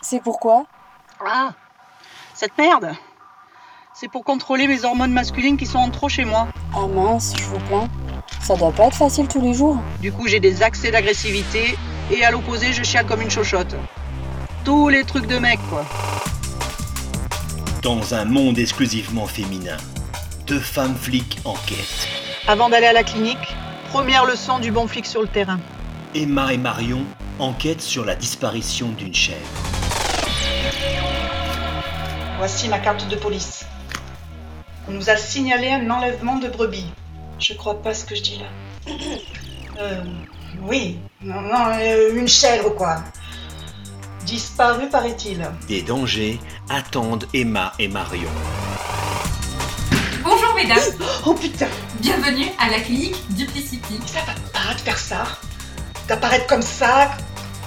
C'est pourquoi Ah, cette merde C'est pour contrôler mes hormones masculines qui sont en trop chez moi. Ah mince, je vous plains. Ça doit pas être facile tous les jours. hein. Du coup, j'ai des accès d'agressivité et à l'opposé, je chiale comme une chochotte. Tous les trucs de mec, quoi. Dans un monde exclusivement féminin, deux femmes flics enquêtent. Avant d'aller à la clinique, première leçon du bon flic sur le terrain. Emma et Marion enquêtent sur la disparition d'une chèvre. Voici ma carte de police. On nous a signalé un enlèvement de brebis. Je crois pas ce que je dis là. Euh, oui, non, non, euh, une chèvre quoi. Disparue paraît-il. Des dangers attendent Emma et Marion. Bonjour mesdames, Oh putain, bienvenue à la clinique Duplicity. ça va pas de faire ça. D'apparaître comme ça,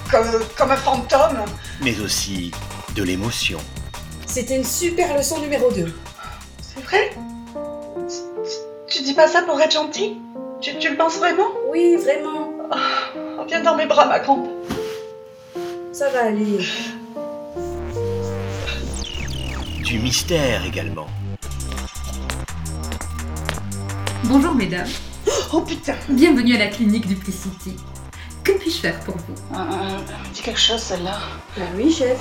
comme, comme un fantôme. mais aussi de l'émotion. C'était une super leçon numéro 2. C'est vrai Tu dis pas ça pour être gentil tu, tu le penses vraiment Oui, vraiment. Oh, Viens dans mes bras, ma grande. Ça va aller. Du mystère également. Bonjour mesdames, Oh putain bienvenue à la clinique Duplicity. Que puis-je faire pour vous Euh, euh, elle me dit quelque chose celle-là. Bah oui, chef.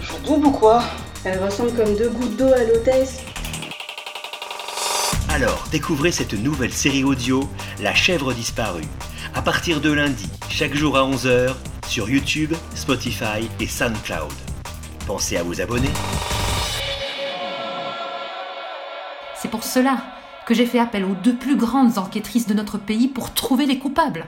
Je double ou quoi Elle ressemble comme deux gouttes d'eau à l'hôtesse. Alors, découvrez cette nouvelle série audio, La chèvre disparue, à partir de lundi, chaque jour à 11h, sur YouTube, Spotify et SoundCloud. Pensez à vous abonner. C'est pour cela que j'ai fait appel aux deux plus grandes enquêtrices de notre pays pour trouver les coupables.